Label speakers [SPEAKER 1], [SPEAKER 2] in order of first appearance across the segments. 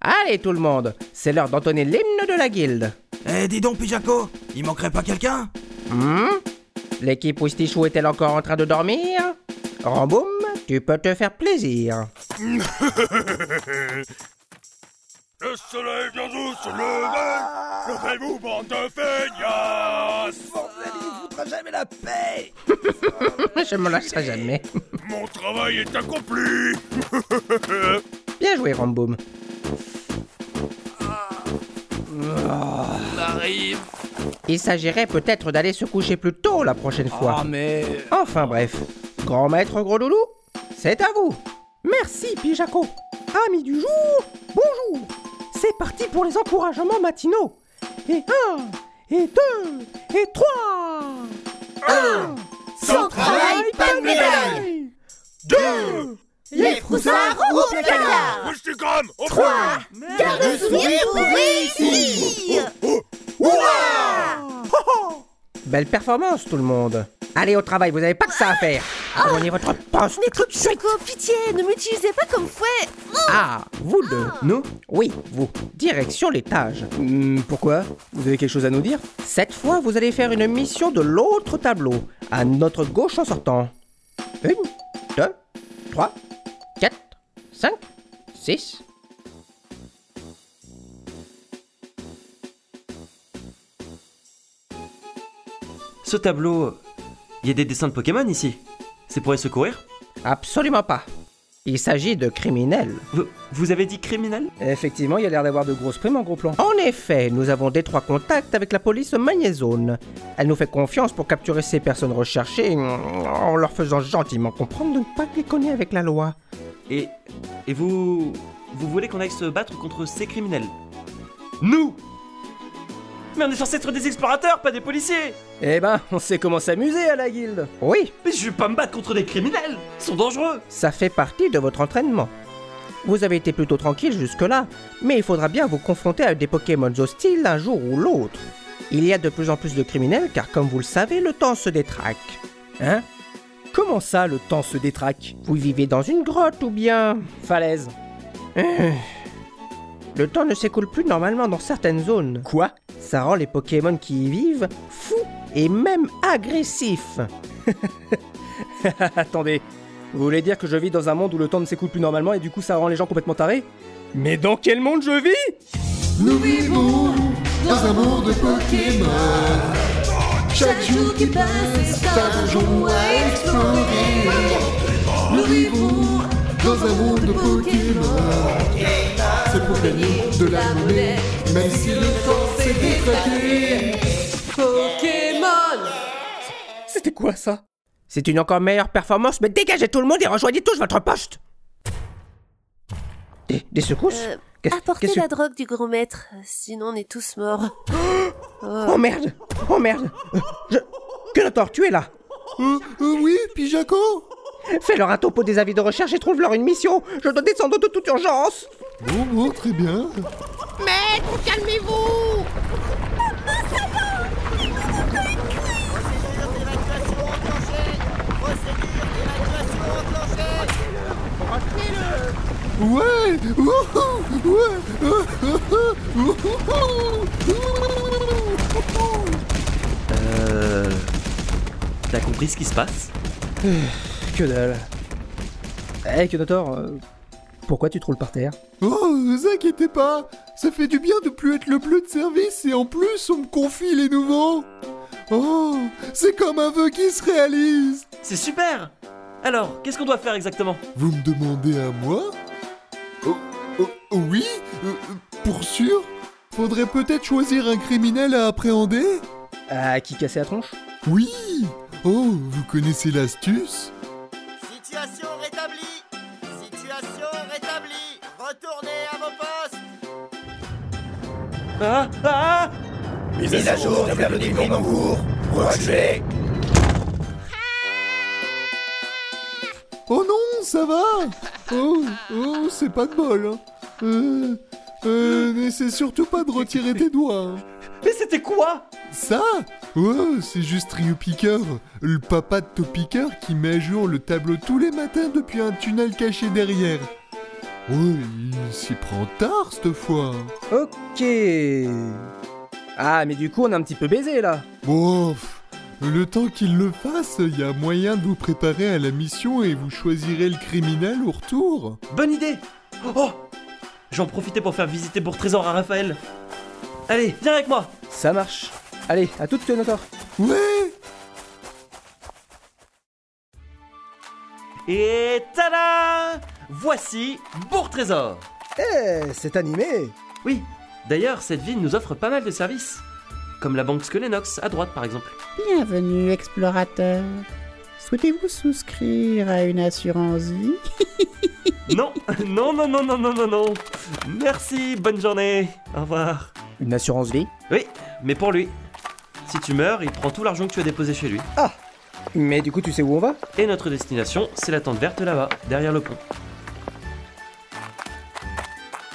[SPEAKER 1] Allez tout le monde, c'est l'heure d'entonner l'hymne de la guilde.
[SPEAKER 2] Eh, dis donc, Pijaco, il manquerait pas quelqu'un
[SPEAKER 1] Hmm L'équipe Oustichou est-elle encore en train de dormir Ramboum, tu peux te faire plaisir.
[SPEAKER 3] Le soleil vient de se lever Levez-vous, bande de feignasses
[SPEAKER 2] Bordel, il vous foutra jamais la paix
[SPEAKER 1] Je me lâcherai jamais.
[SPEAKER 3] Mon travail est accompli
[SPEAKER 1] Bien joué Ramboum.
[SPEAKER 4] Arrive.
[SPEAKER 1] Il s'agirait peut-être d'aller se coucher plus tôt la prochaine
[SPEAKER 5] Oh,
[SPEAKER 1] fois.
[SPEAKER 4] Ah mais.
[SPEAKER 1] Enfin bref, grand maître gros loulou, c'est à vous.
[SPEAKER 6] Merci Pijaco. Amis du jour, bonjour. C'est parti pour les encouragements matinaux. Et un, et deux, et trois. Un,
[SPEAKER 7] sans travail, pas de médaille.
[SPEAKER 6] Deux,
[SPEAKER 7] Les froussards au placard
[SPEAKER 3] Restez calme Au
[SPEAKER 7] Trois Garde le sourire pour réussir
[SPEAKER 1] Belle performance tout le monde. Allez au travail, vous avez pas que ça à faire.
[SPEAKER 7] Ah.
[SPEAKER 1] Prenez votre poste.
[SPEAKER 7] Mais Coco, pitié, ne m'utilisez pas comme fouet
[SPEAKER 1] Ah, vous deux.
[SPEAKER 6] Nous
[SPEAKER 1] Oui, vous. Direction l'étage.
[SPEAKER 6] Hmm, Pourquoi Vous avez quelque chose à nous dire
[SPEAKER 1] Cette fois, vous allez faire une mission de l'autre tableau, à notre gauche en sortant. Une, deux, trois, quatre, cinq, six.
[SPEAKER 5] Ce tableau. Il y a des dessins de Pokémon ici. C'est pour les secourir
[SPEAKER 1] Absolument pas. Il s'agit de criminels.
[SPEAKER 5] vous, vous avez dit criminel
[SPEAKER 6] Effectivement, il y a l'air d'avoir de grosses primes en gros plan.
[SPEAKER 1] En effet, nous avons d'étroits contacts avec la police magnézone. Elle nous fait confiance pour capturer ces personnes recherchées mm, en leur faisant gentiment comprendre de ne pas déconner avec la loi.
[SPEAKER 5] Et. Et vous. Vous voulez qu'on aille se battre contre ces criminels Nous Mais on est censé être des explorateurs, pas des policiers
[SPEAKER 6] Eh ben, on sait comment s'amuser à la guilde.
[SPEAKER 1] Oui,
[SPEAKER 5] Mais je vais pas me battre contre des criminels Ils sont dangereux
[SPEAKER 1] ça fait partie de votre entraînement. Vous avez été plutôt tranquille jusque-là, mais il faudra bien vous confronter à des Pokémon hostiles un jour ou l'autre. Il y a de plus en plus de criminels car comme vous le savez, le temps se détraque.
[SPEAKER 6] Hein Comment ça, le temps se détraque
[SPEAKER 1] Vous vivez dans une grotte ou bien... Euh.
[SPEAKER 6] Falaise.
[SPEAKER 1] Le temps ne s'écoule plus normalement dans certaines zones.
[SPEAKER 6] Quoi
[SPEAKER 1] Ça rend les Pokémon qui y vivent fous et même agressifs.
[SPEAKER 6] Attendez, vous voulez dire que je vis dans un monde où le temps ne s'écoule plus normalement et du coup ça rend les gens complètement tarés Mais dans quel monde je vis
[SPEAKER 8] Nous vivons dans un monde de Pokémon. Chaque jour qui passe est un jour à explorer. Nous vivons dans un monde de Pokémon. C'est pour gagner de la monnaie, même si le temps s'est détraqué.
[SPEAKER 6] C'était quoi ça
[SPEAKER 1] C'est une encore meilleure performance, mais dégagez tout le monde et rejoignez tous votre poste Des, des secousses
[SPEAKER 7] Euh,
[SPEAKER 1] Qu'est-
[SPEAKER 7] Apportez
[SPEAKER 1] qu'est-ce que-
[SPEAKER 7] la drogue du grand maître, sinon on est tous morts.
[SPEAKER 1] Oh merde Oh merde Euh, Je... Curator, tu es là
[SPEAKER 8] Euh, euh, oui, Pijaco
[SPEAKER 1] Fais-leur un topo des avis de recherche et trouve-leur une mission Je dois descendre de toute urgence
[SPEAKER 8] Bon, bon, Oh, très bien. Ouais Wouhou Ouais Euh, euh, euh, wouhou Wouhou
[SPEAKER 5] Euh. T'as compris ce qui se passe
[SPEAKER 6] Que dalle. Eh, Kyodotor, euh, pourquoi tu te roules par terre
[SPEAKER 8] Oh, ne vous inquiétez pas, ça fait du bien de plus être le bleu de service et en plus on me confie les nouveaux. Oh, c'est comme un vœu qui se réalise.
[SPEAKER 5] C'est super Alors, qu'est-ce qu'on doit faire exactement
[SPEAKER 8] Vous me demandez à moi oh, oh, Oui, euh, pour sûr. Faudrait peut-être choisir un criminel à appréhender.
[SPEAKER 6] Ah, qui cassait la tronche
[SPEAKER 8] Oui. Oh, vous connaissez l'astuce
[SPEAKER 9] Situation rétablie Situation rétablie Retournez à vos postes
[SPEAKER 5] Ah Ah
[SPEAKER 2] Mise à jour de Vladimir Goncourt Roger
[SPEAKER 8] Oh non, ça va Oh, oh, c'est pas de bol. hein. Euh, euh, n'essaie surtout pas de retirer tes doigts. hein.
[SPEAKER 5] Mais c'était quoi
[SPEAKER 8] Ça Oh, c'est juste Ryu Picker, le papa de Topicker qui met à jour le tableau tous les matins depuis un tunnel caché derrière. Oh, il s'y prend tard cette fois.
[SPEAKER 1] Ok. Ah, mais du coup, on est un petit peu baisé là.
[SPEAKER 8] Bon, pff, le temps qu'il le fasse, il y a moyen de vous préparer à la mission et vous choisirez le criminel au retour.
[SPEAKER 5] Bonne idée Oh J'en profitais pour faire visiter Bourg Trésor à Raphaël. Allez, viens avec moi
[SPEAKER 1] Ça marche. Allez, à toute Notor.
[SPEAKER 8] Ouais
[SPEAKER 5] Et tada Voici Bourg Trésor
[SPEAKER 4] Eh, c'est animé
[SPEAKER 5] Oui, d'ailleurs, cette ville nous offre pas mal de services. Comme la banque Skelenox, à droite par exemple.
[SPEAKER 10] Bienvenue, explorateur. Souhaitez-vous souscrire à une assurance vie
[SPEAKER 5] Non, non, non, non, non, non, non, non Merci, bonne journée Au revoir
[SPEAKER 1] Une assurance vie
[SPEAKER 5] Oui, mais pour lui. Si tu meurs, il prend tout l'argent que tu as déposé chez lui.
[SPEAKER 1] Mais du coup, tu sais où on va
[SPEAKER 5] Et notre destination, c'est la tente verte là-bas, derrière le pont.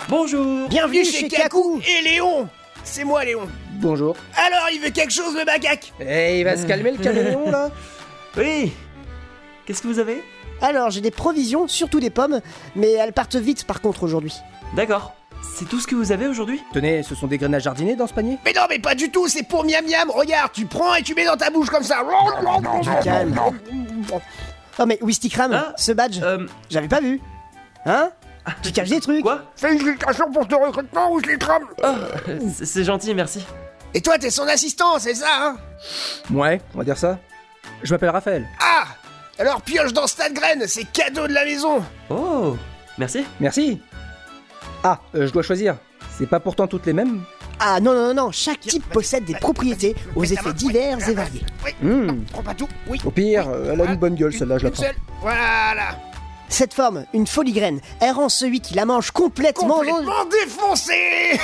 [SPEAKER 5] Bonjour
[SPEAKER 2] Bienvenue chez Kaku et Léon C'est moi, Léon.
[SPEAKER 1] Bonjour.
[SPEAKER 2] Alors, il veut quelque chose, le macaque
[SPEAKER 1] Eh, il va se calmer le caméléon là
[SPEAKER 5] Oui Qu'est-ce que vous avez
[SPEAKER 4] Alors, j'ai des provisions, surtout des pommes, mais elles partent vite par contre aujourd'hui.
[SPEAKER 5] D'accord. C'est tout ce que vous avez aujourd'hui
[SPEAKER 1] Tenez, ce sont des graines à jardiner dans ce panier
[SPEAKER 2] Mais non, mais pas du tout, c'est pour miam miam Regarde, tu prends et tu mets dans ta bouche comme ça
[SPEAKER 4] Du calme. Oh mais Wistikram,
[SPEAKER 2] Hein
[SPEAKER 5] Ah.
[SPEAKER 4] ce badge,
[SPEAKER 5] Euh, ah.
[SPEAKER 4] j'avais pas vu. Hein Tu caches des trucs
[SPEAKER 5] quoi
[SPEAKER 2] Fais une citation pour ton recrutement ou je les tremble
[SPEAKER 5] Euh, C'est c'est gentil, merci.
[SPEAKER 2] Et toi, t'es son assistant, c'est ça, hein
[SPEAKER 1] Ouais, on va dire ça. Je m'appelle Raphaël.
[SPEAKER 2] Ah Alors pioche dans cette graine, c'est cadeau de la maison
[SPEAKER 5] Oh Merci
[SPEAKER 1] Merci. Ah, euh, je dois choisir. C'est pas pourtant toutes les mêmes
[SPEAKER 4] Ah non non non, non, chaque type possède des propriétés aux
[SPEAKER 2] Mais ta
[SPEAKER 4] effets
[SPEAKER 2] main-
[SPEAKER 4] divers et variés.
[SPEAKER 2] Oui,
[SPEAKER 1] Hmm.
[SPEAKER 2] prends pas tout, oui
[SPEAKER 1] Au pire, euh, elle a une bonne gueule celle-là, je la
[SPEAKER 2] Une
[SPEAKER 1] prends.
[SPEAKER 2] seule. Voilà
[SPEAKER 4] Cette forme, une folie graine, errant celui qui la mange complètement.
[SPEAKER 2] Complètement défoncé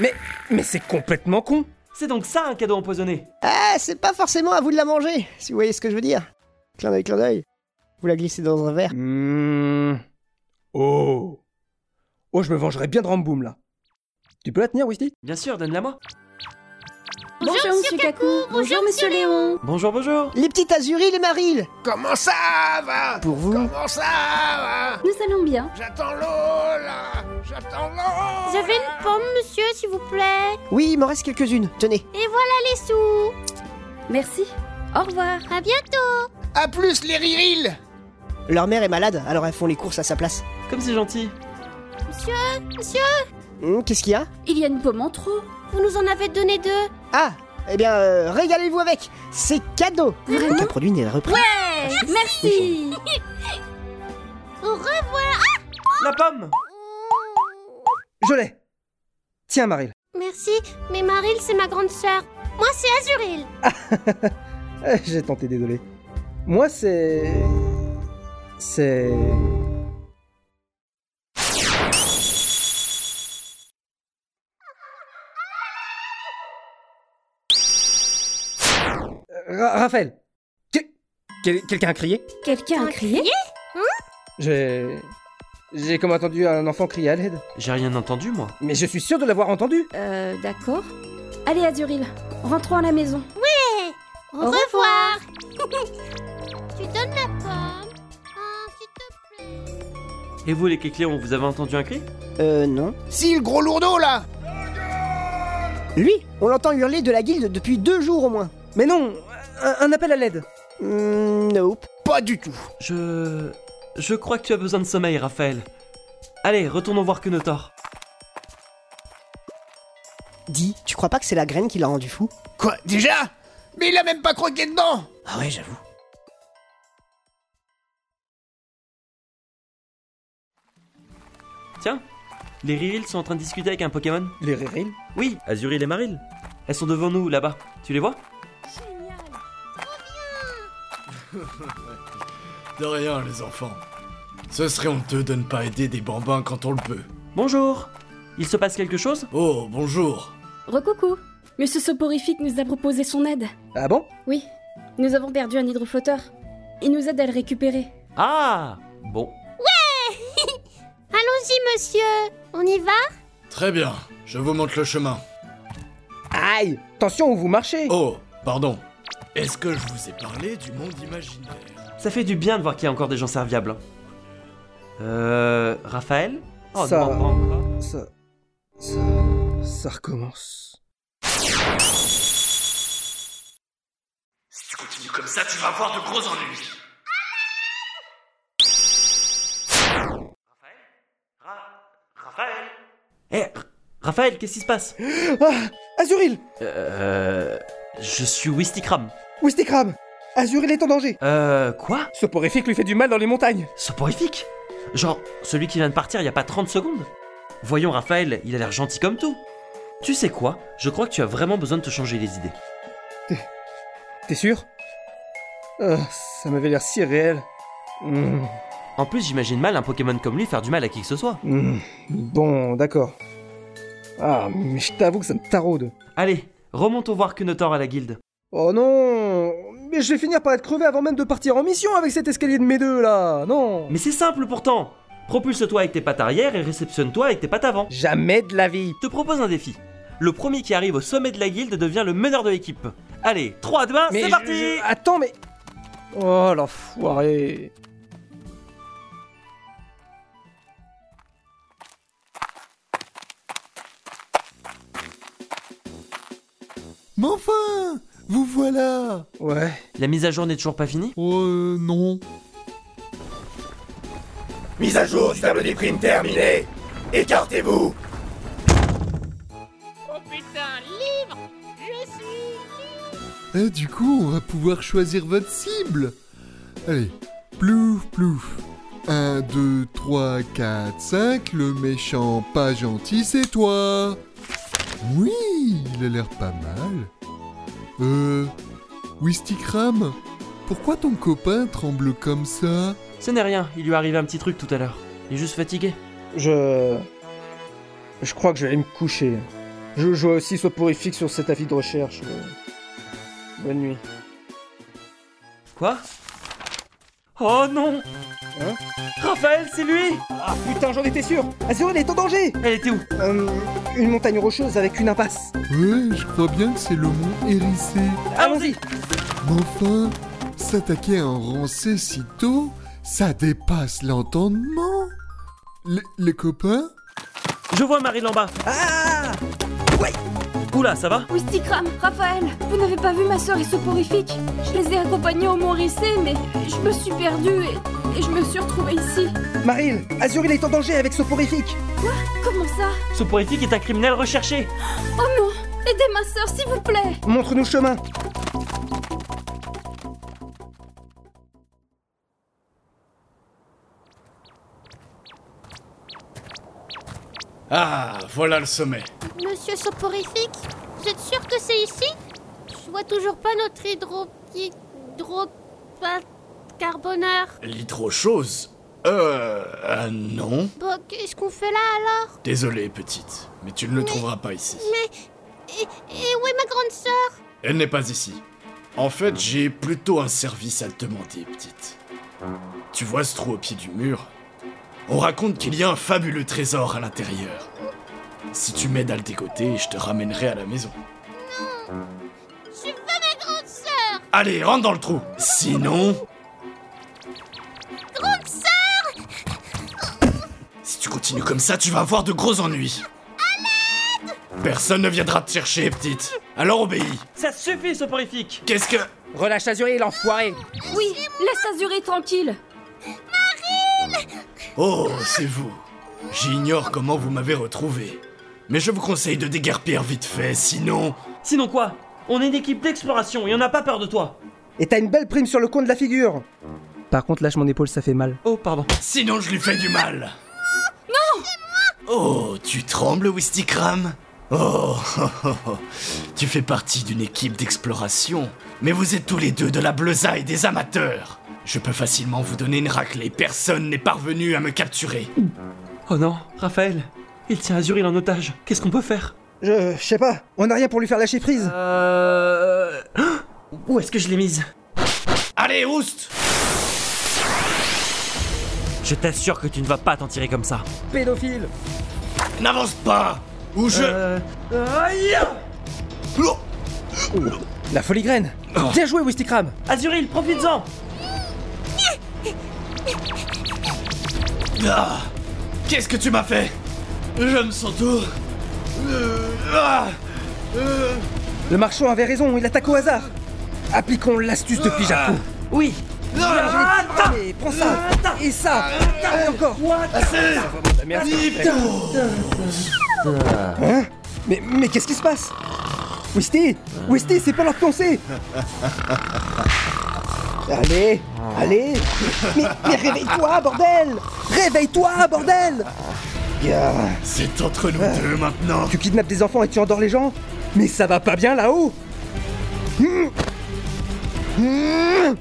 [SPEAKER 1] Mais, mais c'est complètement con
[SPEAKER 5] C'est donc ça un cadeau empoisonné
[SPEAKER 4] Ah, c'est pas forcément à vous de la manger, si vous voyez ce que je veux dire. Clin d'œil, clin d'œil. Vous la glissez dans un verre.
[SPEAKER 1] Hmm. Oh Oh, je me vengerai bien de Ramboum là. Tu peux la tenir, Wisty
[SPEAKER 5] Bien sûr, donne-la moi
[SPEAKER 7] Bonjour, Monsieur Kaku. Bonjour, Monsieur Léon.
[SPEAKER 5] Bonjour, bonjour
[SPEAKER 4] Les petites azuris, les marils
[SPEAKER 2] Comment ça va
[SPEAKER 4] Pour vous
[SPEAKER 2] Comment ça va
[SPEAKER 7] Nous allons bien.
[SPEAKER 2] J'attends l'eau, là J'attends l'eau
[SPEAKER 7] Vous avez une pomme, monsieur, s'il vous plaît
[SPEAKER 4] Oui, il m'en reste quelques-unes, tenez.
[SPEAKER 7] Et voilà les sous. Merci. Au revoir. À bientôt.
[SPEAKER 2] À plus, les ririls
[SPEAKER 4] Leur mère est malade, alors elles font les courses à sa place.
[SPEAKER 5] Comme c'est gentil
[SPEAKER 4] Hum, Qu'est-ce qu'il y a
[SPEAKER 7] Il y a une pomme en trop. Vous nous en avez donné deux.
[SPEAKER 4] Ah Eh bien, euh, régalez-vous avec C'est cadeau Aucun produit n'est repris.
[SPEAKER 7] Merci.
[SPEAKER 5] La pomme
[SPEAKER 1] Je l'ai Tiens, Maril.
[SPEAKER 7] Merci. Mais Maril, c'est ma grande sœur. Moi, c'est Azuril.
[SPEAKER 1] Euh, J'ai tenté, désolé. Moi, c'est. C'est. Euh, Ra- Raphaël Que- quel- Quelqu'un a crié
[SPEAKER 7] Quelqu'un a crié
[SPEAKER 1] J'ai. J'ai comme entendu un enfant crier à l'aide.
[SPEAKER 5] J'ai rien entendu, moi.
[SPEAKER 1] Mais je suis sûr de l'avoir entendu
[SPEAKER 11] Euh, d'accord. Allez, Azuril, rentrons à la maison.
[SPEAKER 7] Au,
[SPEAKER 11] Au
[SPEAKER 7] revoir. tu donnes la pomme. Oh, s'il te plaît.
[SPEAKER 5] Et vous, les Kékléons, vous avez entendu un cri
[SPEAKER 4] Euh, non.
[SPEAKER 2] Si, le gros lourdeau, là
[SPEAKER 4] Lui, on l'entend hurler de la guilde depuis deux jours au moins.
[SPEAKER 1] Mais non Un, un appel à l'aide
[SPEAKER 4] Hum, nope.
[SPEAKER 2] Pas du tout
[SPEAKER 5] Je... Je crois que tu as besoin de sommeil, Raphaël. Allez, retournons voir Kenotor.
[SPEAKER 4] Dis, tu crois pas que c'est la graine qui l'a rendu fou
[SPEAKER 2] Quoi, déjà Mais il a même pas croqué dedans
[SPEAKER 4] Ah ouais, j'avoue.
[SPEAKER 5] Tiens, les Ririls sont en train de discuter avec un Pokémon.
[SPEAKER 1] Les Riril
[SPEAKER 5] Oui, Azuril et Maril. Elles sont devant nous, là-bas. Tu les vois
[SPEAKER 12] De rien, les enfants. Ce serait honteux de ne pas aider des bambins quand on le peut.
[SPEAKER 5] Bonjour Il se passe quelque chose
[SPEAKER 12] Oh, bonjour.
[SPEAKER 11] Recoucou. Monsieur Soporifique nous a proposé son aide.
[SPEAKER 1] Ah bon
[SPEAKER 11] Oui, nous avons perdu un hydroflotteur. Il nous aide à le récupérer.
[SPEAKER 5] Ah Bon.
[SPEAKER 7] Allons-y, monsieur. On y va
[SPEAKER 12] Très bien, je vous montre le chemin.
[SPEAKER 2] Oh.
[SPEAKER 1] Aïe Attention où vous marchez
[SPEAKER 12] Oh, pardon. Est-ce que je vous ai parlé du monde imaginaire
[SPEAKER 5] Ça fait du bien de voir qu'il y a encore des gens serviables. hein. Euh. Raphaël Oh,
[SPEAKER 1] ça,
[SPEAKER 5] non, non.
[SPEAKER 1] ça. Ça. Ça recommence.
[SPEAKER 3] Si tu continues comme ça, tu vas avoir de gros ennuis.
[SPEAKER 5] Raphaël Eh, R- Raphaël, qu'est-ce qui se passe
[SPEAKER 6] Ah, Azuril
[SPEAKER 5] Euh. Je suis Wistikram.
[SPEAKER 6] Wistikram Azuril est en danger
[SPEAKER 5] Euh. Quoi
[SPEAKER 1] Soporifique lui fait du mal dans les montagnes
[SPEAKER 5] Soporifique Genre, celui qui vient de partir il y a pas 30 secondes Voyons, Raphaël, il a l'air gentil comme tout. Tu sais quoi Je crois que tu as vraiment besoin de te changer les idées.
[SPEAKER 1] T'es sûr Ah, Ça m'avait l'air si réel. Hmm.
[SPEAKER 5] En plus, j'imagine mal un Pokémon comme lui faire du mal à qui que ce soit.
[SPEAKER 1] Hmm. Bon, d'accord. Ah, mais je t'avoue que ça me taraude.
[SPEAKER 5] Allez, remonte au voir Kunotor à la guilde.
[SPEAKER 1] Oh non Mais je vais finir par être crevé avant même de partir en mission avec cet escalier de mes deux là Non
[SPEAKER 5] Mais c'est simple pourtant Propulse-toi avec tes pattes arrière et réceptionne-toi avec tes pattes avant.
[SPEAKER 1] Jamais de la vie
[SPEAKER 5] Te propose un défi. Le premier qui arrive au sommet de la guilde devient le meneur de l'équipe. Allez, 3, 2, 1,
[SPEAKER 1] Mais
[SPEAKER 5] Ah, c'est
[SPEAKER 1] je-
[SPEAKER 5] parti
[SPEAKER 1] je- ah. Attends, mais. Oh l'enfoiré
[SPEAKER 8] Mais enfin Vous voilà
[SPEAKER 1] Ouais.
[SPEAKER 5] La mise à jour n'est toujours pas finie
[SPEAKER 8] Euh, non.
[SPEAKER 2] Mise à jour du tableau des primes terminée. Écartez-vous.
[SPEAKER 7] Oh putain, libre Je suis
[SPEAKER 8] Et Eh, du coup, on va pouvoir choisir votre cible. Allez, plouf, plouf. 1, 2, 3, 4, 5, le méchant pas gentil, c'est toi. Oui, il a l'air pas mal. Euh, Wistikram, pourquoi ton copain tremble comme ça
[SPEAKER 5] Ce n'est rien, il lui est arrivé un petit truc tout à l'heure. Il est juste fatigué.
[SPEAKER 1] Je. Je crois que je vais aller me coucher. Je joue aussi soporifique sur cet avis de recherche. euh. Bonne nuit.
[SPEAKER 5] Quoi Oh non
[SPEAKER 1] Hein
[SPEAKER 5] Raphaël, c'est lui
[SPEAKER 1] Ah putain, j'en étais sûr Azuril est en danger
[SPEAKER 5] Elle était où
[SPEAKER 1] Euh, Une montagne rocheuse avec une impasse.
[SPEAKER 8] Ouais, je crois bien que c'est le mont hérissé.
[SPEAKER 5] Ah,
[SPEAKER 1] Allons-y
[SPEAKER 8] Mais enfin, s'attaquer à un rancé si tôt, ça dépasse l'entendement. Les- les copains
[SPEAKER 5] Je vois Marie Lamba.
[SPEAKER 1] Ah
[SPEAKER 5] Oula, ça va
[SPEAKER 13] Wistikram, Raphaël, vous n'avez pas vu ma sœur est soporifique Je les ai accompagnés au Mont Rissé, mais je me suis perdue et, et je me suis retrouvée ici.
[SPEAKER 1] Maril, Azuril est en danger avec soporifique
[SPEAKER 13] Comment ça
[SPEAKER 5] Ce poétique est un criminel recherché.
[SPEAKER 13] Oh non Aidez ma sœur, s'il vous plaît
[SPEAKER 1] Montre-nous le chemin
[SPEAKER 12] Ah, voilà le sommet.
[SPEAKER 7] Monsieur Soporifique, vous êtes sûr que c'est ici Je vois toujours pas notre hydro... hydro... pas- carboneur.
[SPEAKER 12] L'hydrochose Euh. Ah non.
[SPEAKER 7] Bon, qu'est-ce qu'on fait là alors
[SPEAKER 12] Désolé, petite, mais tu ne le trouveras pas ici.
[SPEAKER 7] Mais... Et, et où est ma grande sœur
[SPEAKER 12] Elle n'est pas ici. En fait, j'ai plutôt un service à te demander, petite. Tu vois ce trou au pied du mur On raconte qu'il y a un fabuleux trésor à l'intérieur. Si tu m'aides à le décoter, je te ramènerai à la maison.
[SPEAKER 7] Je veux ma grande sœur
[SPEAKER 12] Allez, rentre dans le trou Sinon,
[SPEAKER 7] Grande sœur
[SPEAKER 12] si tu continues comme ça, tu vas avoir de gros ennuis. Personne ne viendra te chercher, petite. Alors obéis.
[SPEAKER 5] Ça suffit, soporifique
[SPEAKER 12] Qu'est-ce que...
[SPEAKER 1] Relâche Azuril, enfoiré
[SPEAKER 13] Oui, laisse Azuré tranquille
[SPEAKER 12] Oh, c'est vous. J'ignore comment vous m'avez retrouvé. Mais je vous conseille de déguerpir vite fait, sinon...
[SPEAKER 5] Sinon quoi On est une équipe d'exploration et on n'a pas peur de toi.
[SPEAKER 1] Et t'as une belle prime sur le coin de la figure Par contre, lâche mon épaule, ça fait mal.
[SPEAKER 5] Oh, pardon.
[SPEAKER 12] Sinon je lui fais du mal.
[SPEAKER 13] Non
[SPEAKER 12] Oh, tu trembles, Wistikram oh, oh, oh, tu fais partie d'une équipe d'exploration. Mais vous êtes tous les deux de la bleuza et des amateurs. Je peux facilement vous donner une raclée. Personne n'est parvenu à me capturer.
[SPEAKER 5] Oh non, Raphaël. Il tient Azuril en otage. Qu'est-ce qu'on peut faire
[SPEAKER 1] Je. je sais pas, on a rien pour lui faire lâcher prise
[SPEAKER 5] Euh... Où est-ce que je l'ai mise
[SPEAKER 12] Allez, oust
[SPEAKER 5] Je t'assure que tu ne vas pas t'en tirer comme ça.
[SPEAKER 1] Pédophile
[SPEAKER 5] Euh,
[SPEAKER 12] N'avance pas Ou je...
[SPEAKER 5] Aïe
[SPEAKER 12] Oh.
[SPEAKER 1] La folie graine Bien joué, Wistikram
[SPEAKER 5] Azuril, profites-en
[SPEAKER 12] Ah, Qu'est-ce que tu m'as fait Je me sens tout. Euh, ah, euh,
[SPEAKER 1] Le marchand avait raison, il attaque au hasard Appliquons l'astuce de Pijaku Oui Bien joué,
[SPEAKER 5] Ah. Attends Ah,
[SPEAKER 1] Allez, prends ça Et ça Et encore Ah,
[SPEAKER 12] Assez
[SPEAKER 1] La merde, c'est parfait. Hein Mais, mais qu'est-ce qui se passe Wisty Wisty, c'est pas l'heure de danser Allez Allez Mais, mais réveille-toi, bordel Réveille-toi, bordel Gars,
[SPEAKER 12] C'est entre nous deux maintenant.
[SPEAKER 1] Tu kidnappes des enfants et tu endors les gens Mais ça va pas bien là-haut Hmm. Hmm.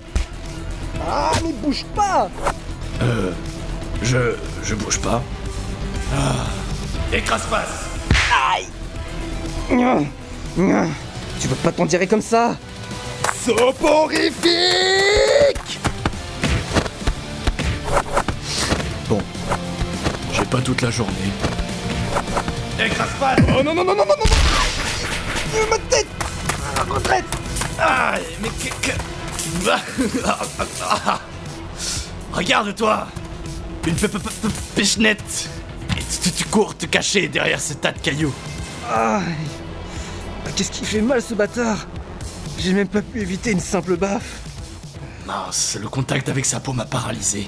[SPEAKER 1] Ah, mais bouge pas
[SPEAKER 12] Euh, je. Je bouge pas. Ah. Écrase-face
[SPEAKER 1] Nya. Nya. Tu veux pas t'en tirer comme ça Soporifique
[SPEAKER 12] Bon. J'ai pas toute la journée. Écrase-face
[SPEAKER 1] Oh non, non, non, non, non, non, non Euh, Ma tête Ah, Retraite
[SPEAKER 12] Aïe, mais que. que- Ah, ah, ah. Regarde-toi Une pe- pe- pe- pêchenette Et tu, tu cours te cacher derrière ce tas de cailloux.
[SPEAKER 1] Ah, Qu'est-ce qui fait mal ce bâtard J'ai même pas pu éviter une simple baffe
[SPEAKER 12] Mince, le contact avec sa peau m'a paralysé.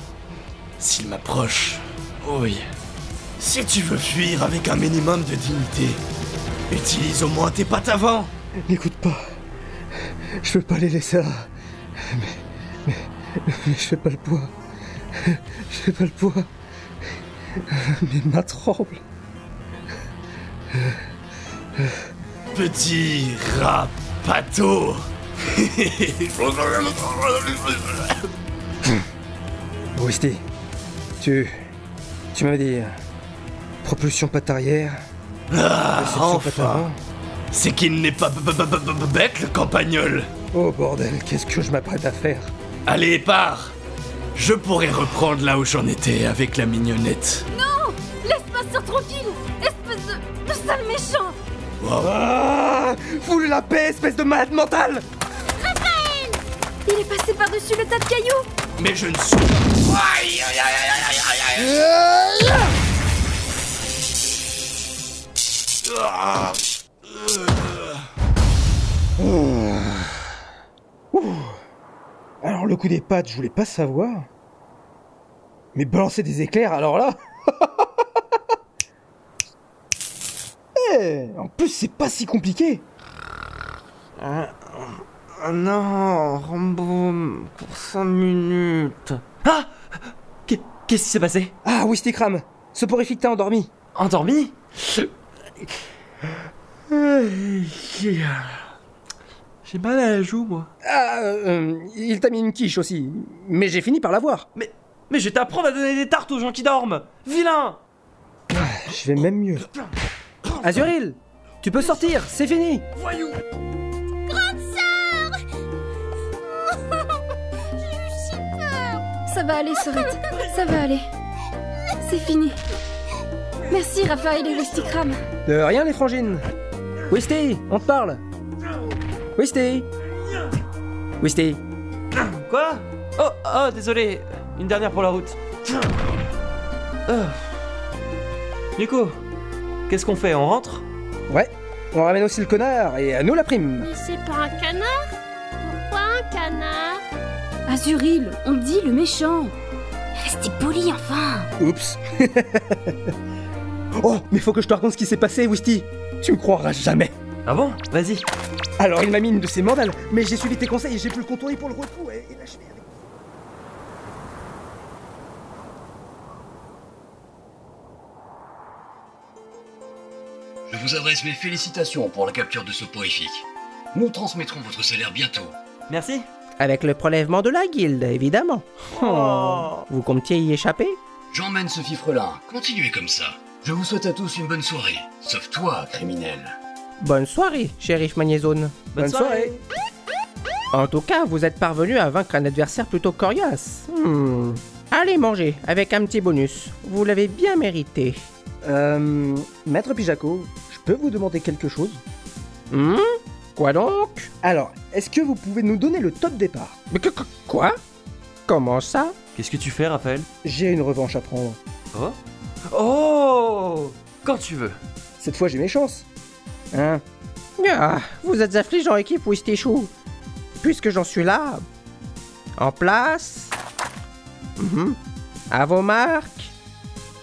[SPEAKER 12] S'il m'approche. Oui. Si tu veux fuir avec un minimum de dignité, utilise au moins tes pattes avant.
[SPEAKER 1] N'écoute pas. Je veux pas les laisser là. Mais, mais, mais je fais pas le poids. Je fais pas le poids. Mes mains tremblent.
[SPEAKER 12] Petit rapato.
[SPEAKER 1] Wisty, tu. Tu m'as dit. euh, Propulsion patte arrière.
[SPEAKER 12] Ah,
[SPEAKER 1] réception patte
[SPEAKER 12] enfin.
[SPEAKER 1] avant.
[SPEAKER 12] C'est qu'il n'est pas b- b- b- b- b- bête le campagnol.
[SPEAKER 1] Oh bordel, qu'est-ce que je m'apprête à faire
[SPEAKER 12] Allez, pars Je pourrais reprendre là où j'en étais avec la mignonnette.
[SPEAKER 13] Non Laisse ma soeur tranquille Espèce de, de sale méchant
[SPEAKER 1] Ah Foule la paix, espèce de malade mental
[SPEAKER 13] Raphaël Il est passé par-dessus le tas de cailloux
[SPEAKER 12] Mais je ne suis Aïe, aïe, aïe, aïe, aïe, aïe, aïe. Ah.
[SPEAKER 1] Alors le coup des pattes, je voulais pas savoir. Mais balancer des éclairs, alors là Eh, En plus, c'est pas si compliqué
[SPEAKER 5] non, Rambo, pour 5 minutes. Ah Qu'est- Qu'est-ce qui s'est passé
[SPEAKER 1] Ah, Wistikram Soporifique t'a endormi
[SPEAKER 5] Endormi J'ai mal à la joue, moi.
[SPEAKER 1] Ah, euh, il t'a mis une quiche aussi, mais j'ai fini par l'avoir.
[SPEAKER 5] Mais, mais je vais t'apprendre à donner des tartes aux gens qui dorment Vilain
[SPEAKER 1] Je vais même mieux. Azuril Tu peux sortir, c'est fini
[SPEAKER 5] Voyou
[SPEAKER 7] Grande sœur J'ai eu si peur
[SPEAKER 13] Ça va aller, Sorette. Ça va aller. C'est fini. Merci, Raphaël et Rusticram.
[SPEAKER 1] De rien, les frangines Wisty, on te parle Wisty Wisty
[SPEAKER 5] Quoi Oh, oh, désolé. Une dernière pour la route. Euh. Du coup, qu'est-ce qu'on fait On rentre
[SPEAKER 1] Ouais, on ramène aussi le connard et à nous la prime
[SPEAKER 7] Mais c'est pas un canard Pourquoi un canard
[SPEAKER 13] Azuril, on dit le méchant. Restez poli, enfin.
[SPEAKER 1] Oups Oh, mais faut que je te raconte ce qui s'est passé, Wisty Tu me croiras jamais
[SPEAKER 5] Ah bon Vas-y.
[SPEAKER 1] Alors, il m'a mis une de ses mandales, mais j'ai suivi tes conseils et j'ai pu le contourner pour le repou et, et l'achever avec...
[SPEAKER 14] Je vous adresse mes félicitations pour la capture de ce porifique. Nous transmettrons votre salaire bientôt.
[SPEAKER 5] Merci.
[SPEAKER 1] Avec le prélèvement de la guilde, évidemment. Oh. Vous comptiez y échapper
[SPEAKER 14] J'emmène ce fifrelin. Continuez comme ça. Je vous souhaite à tous une bonne soirée. Sauf toi, criminel.
[SPEAKER 1] Bonne soirée, shérif Magnézone.
[SPEAKER 14] Bonne soirée.
[SPEAKER 1] En tout cas, vous êtes parvenu à vaincre un adversaire plutôt coriace. Hmm. Allez manger, avec un petit bonus. Vous l'avez bien mérité. Euh... Maître Pijaco, je peux vous demander quelque chose Quoi Hmm donc Alors, Est-ce que vous pouvez nous donner le top départ
[SPEAKER 15] Mais que- que- quoi Comment ça
[SPEAKER 5] Qu'est-ce que tu fais, Raphaël
[SPEAKER 1] J'ai une revanche à prendre.
[SPEAKER 5] Oh Oh Quand tu veux.
[SPEAKER 1] Cette fois, j'ai mes chances. Hein
[SPEAKER 15] Ah, vous êtes affligeant, équipe Wistichou. Puisque j'en suis là. En place. Mhm. À vos marques.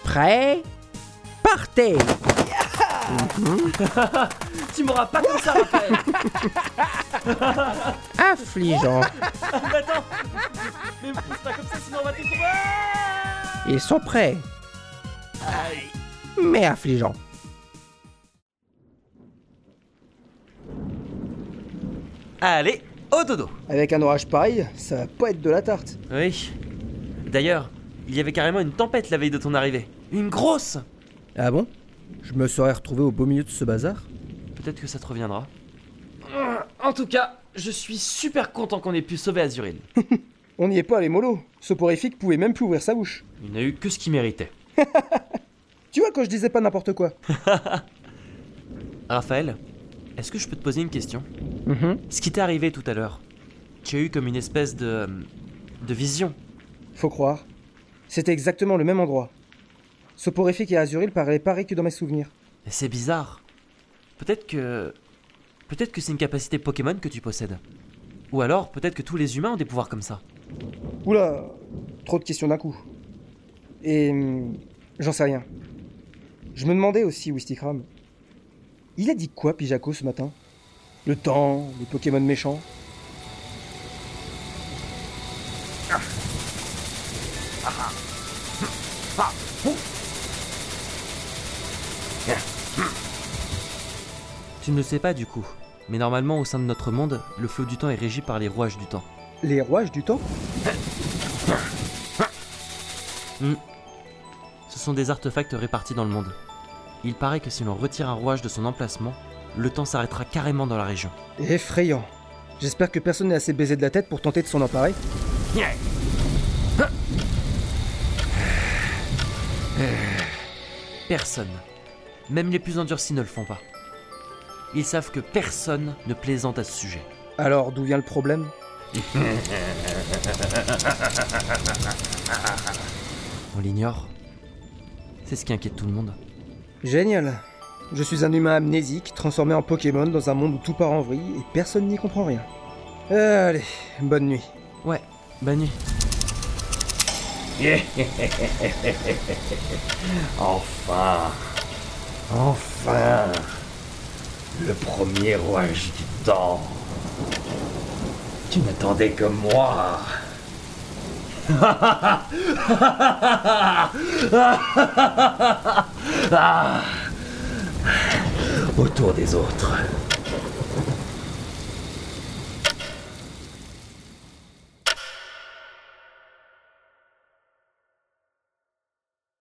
[SPEAKER 15] Prêts. Partez.
[SPEAKER 5] tu m'auras pas comme ça, Raphaël
[SPEAKER 15] Affligeant.
[SPEAKER 5] Mais attends Mais pousse pas comme ça, sinon on va t'étouffer
[SPEAKER 15] Ils sont prêts. Mais affligeant.
[SPEAKER 5] Allez, au dodo
[SPEAKER 1] Avec un orage pareil, ça va pas être de la tarte.
[SPEAKER 5] Oui. D'ailleurs, il y avait carrément une tempête la veille de ton arrivée. Une grosse
[SPEAKER 1] Ah bon Je me serais retrouvé au beau milieu de ce bazar
[SPEAKER 5] Peut-être que ça te reviendra. En tout cas, je suis super content qu'on ait pu sauver Azuril.
[SPEAKER 1] On n'y est pas, les mollo. Soporifique pouvait même plus ouvrir sa bouche.
[SPEAKER 5] Il n'a eu que ce qu'il méritait.
[SPEAKER 1] Tu vois quand je disais pas n'importe quoi
[SPEAKER 5] Raphaël, est-ce que je peux te poser une question
[SPEAKER 1] Mhm.
[SPEAKER 5] Ce qui t'est arrivé tout à l'heure, tu as eu comme une espèce de. euh, de vision.
[SPEAKER 1] Faut croire. C'était exactement le même endroit. Soporifique et Azuril parlaient pareil que dans mes souvenirs.
[SPEAKER 5] Et c'est bizarre. Peut-être que. Peut-être que c'est une capacité Pokémon que tu possèdes. Ou alors, peut-être que tous les humains ont des pouvoirs comme ça.
[SPEAKER 1] Oula, trop de questions d'un coup. Et hum, j'en sais rien. Je me demandais aussi, Wistikram. Il a dit quoi, Pijaco, ce matin Le temps, les Pokémon méchants
[SPEAKER 5] Tu ne le sais pas du coup, mais normalement au sein de notre monde, le flot du temps est régi par les rouages du temps.
[SPEAKER 1] Les rouages du temps
[SPEAKER 5] Hmm. Ce sont des artefacts répartis dans le monde. Il paraît que si l'on retire un rouage de son emplacement, le temps s'arrêtera carrément dans la région.
[SPEAKER 1] Effrayant. J'espère que personne n'est assez baisé de la tête pour tenter de s'en emparer.
[SPEAKER 5] Personne, même les plus endurcis ne le font pas. Ils savent que personne ne plaisante à ce sujet.
[SPEAKER 1] Alors, d'où vient le problème
[SPEAKER 5] On l'ignore. C'est ce qui inquiète tout le monde.
[SPEAKER 1] Génial. Je suis un humain amnésique, transformé en Pokémon dans un monde où tout part en vrille et personne n'y comprend rien. Allez, bonne nuit.
[SPEAKER 5] Ouais, bonne nuit.
[SPEAKER 16] enfin Enfin Le premier rouage du temps Tu n'attendais que moi Ah. Autour des autres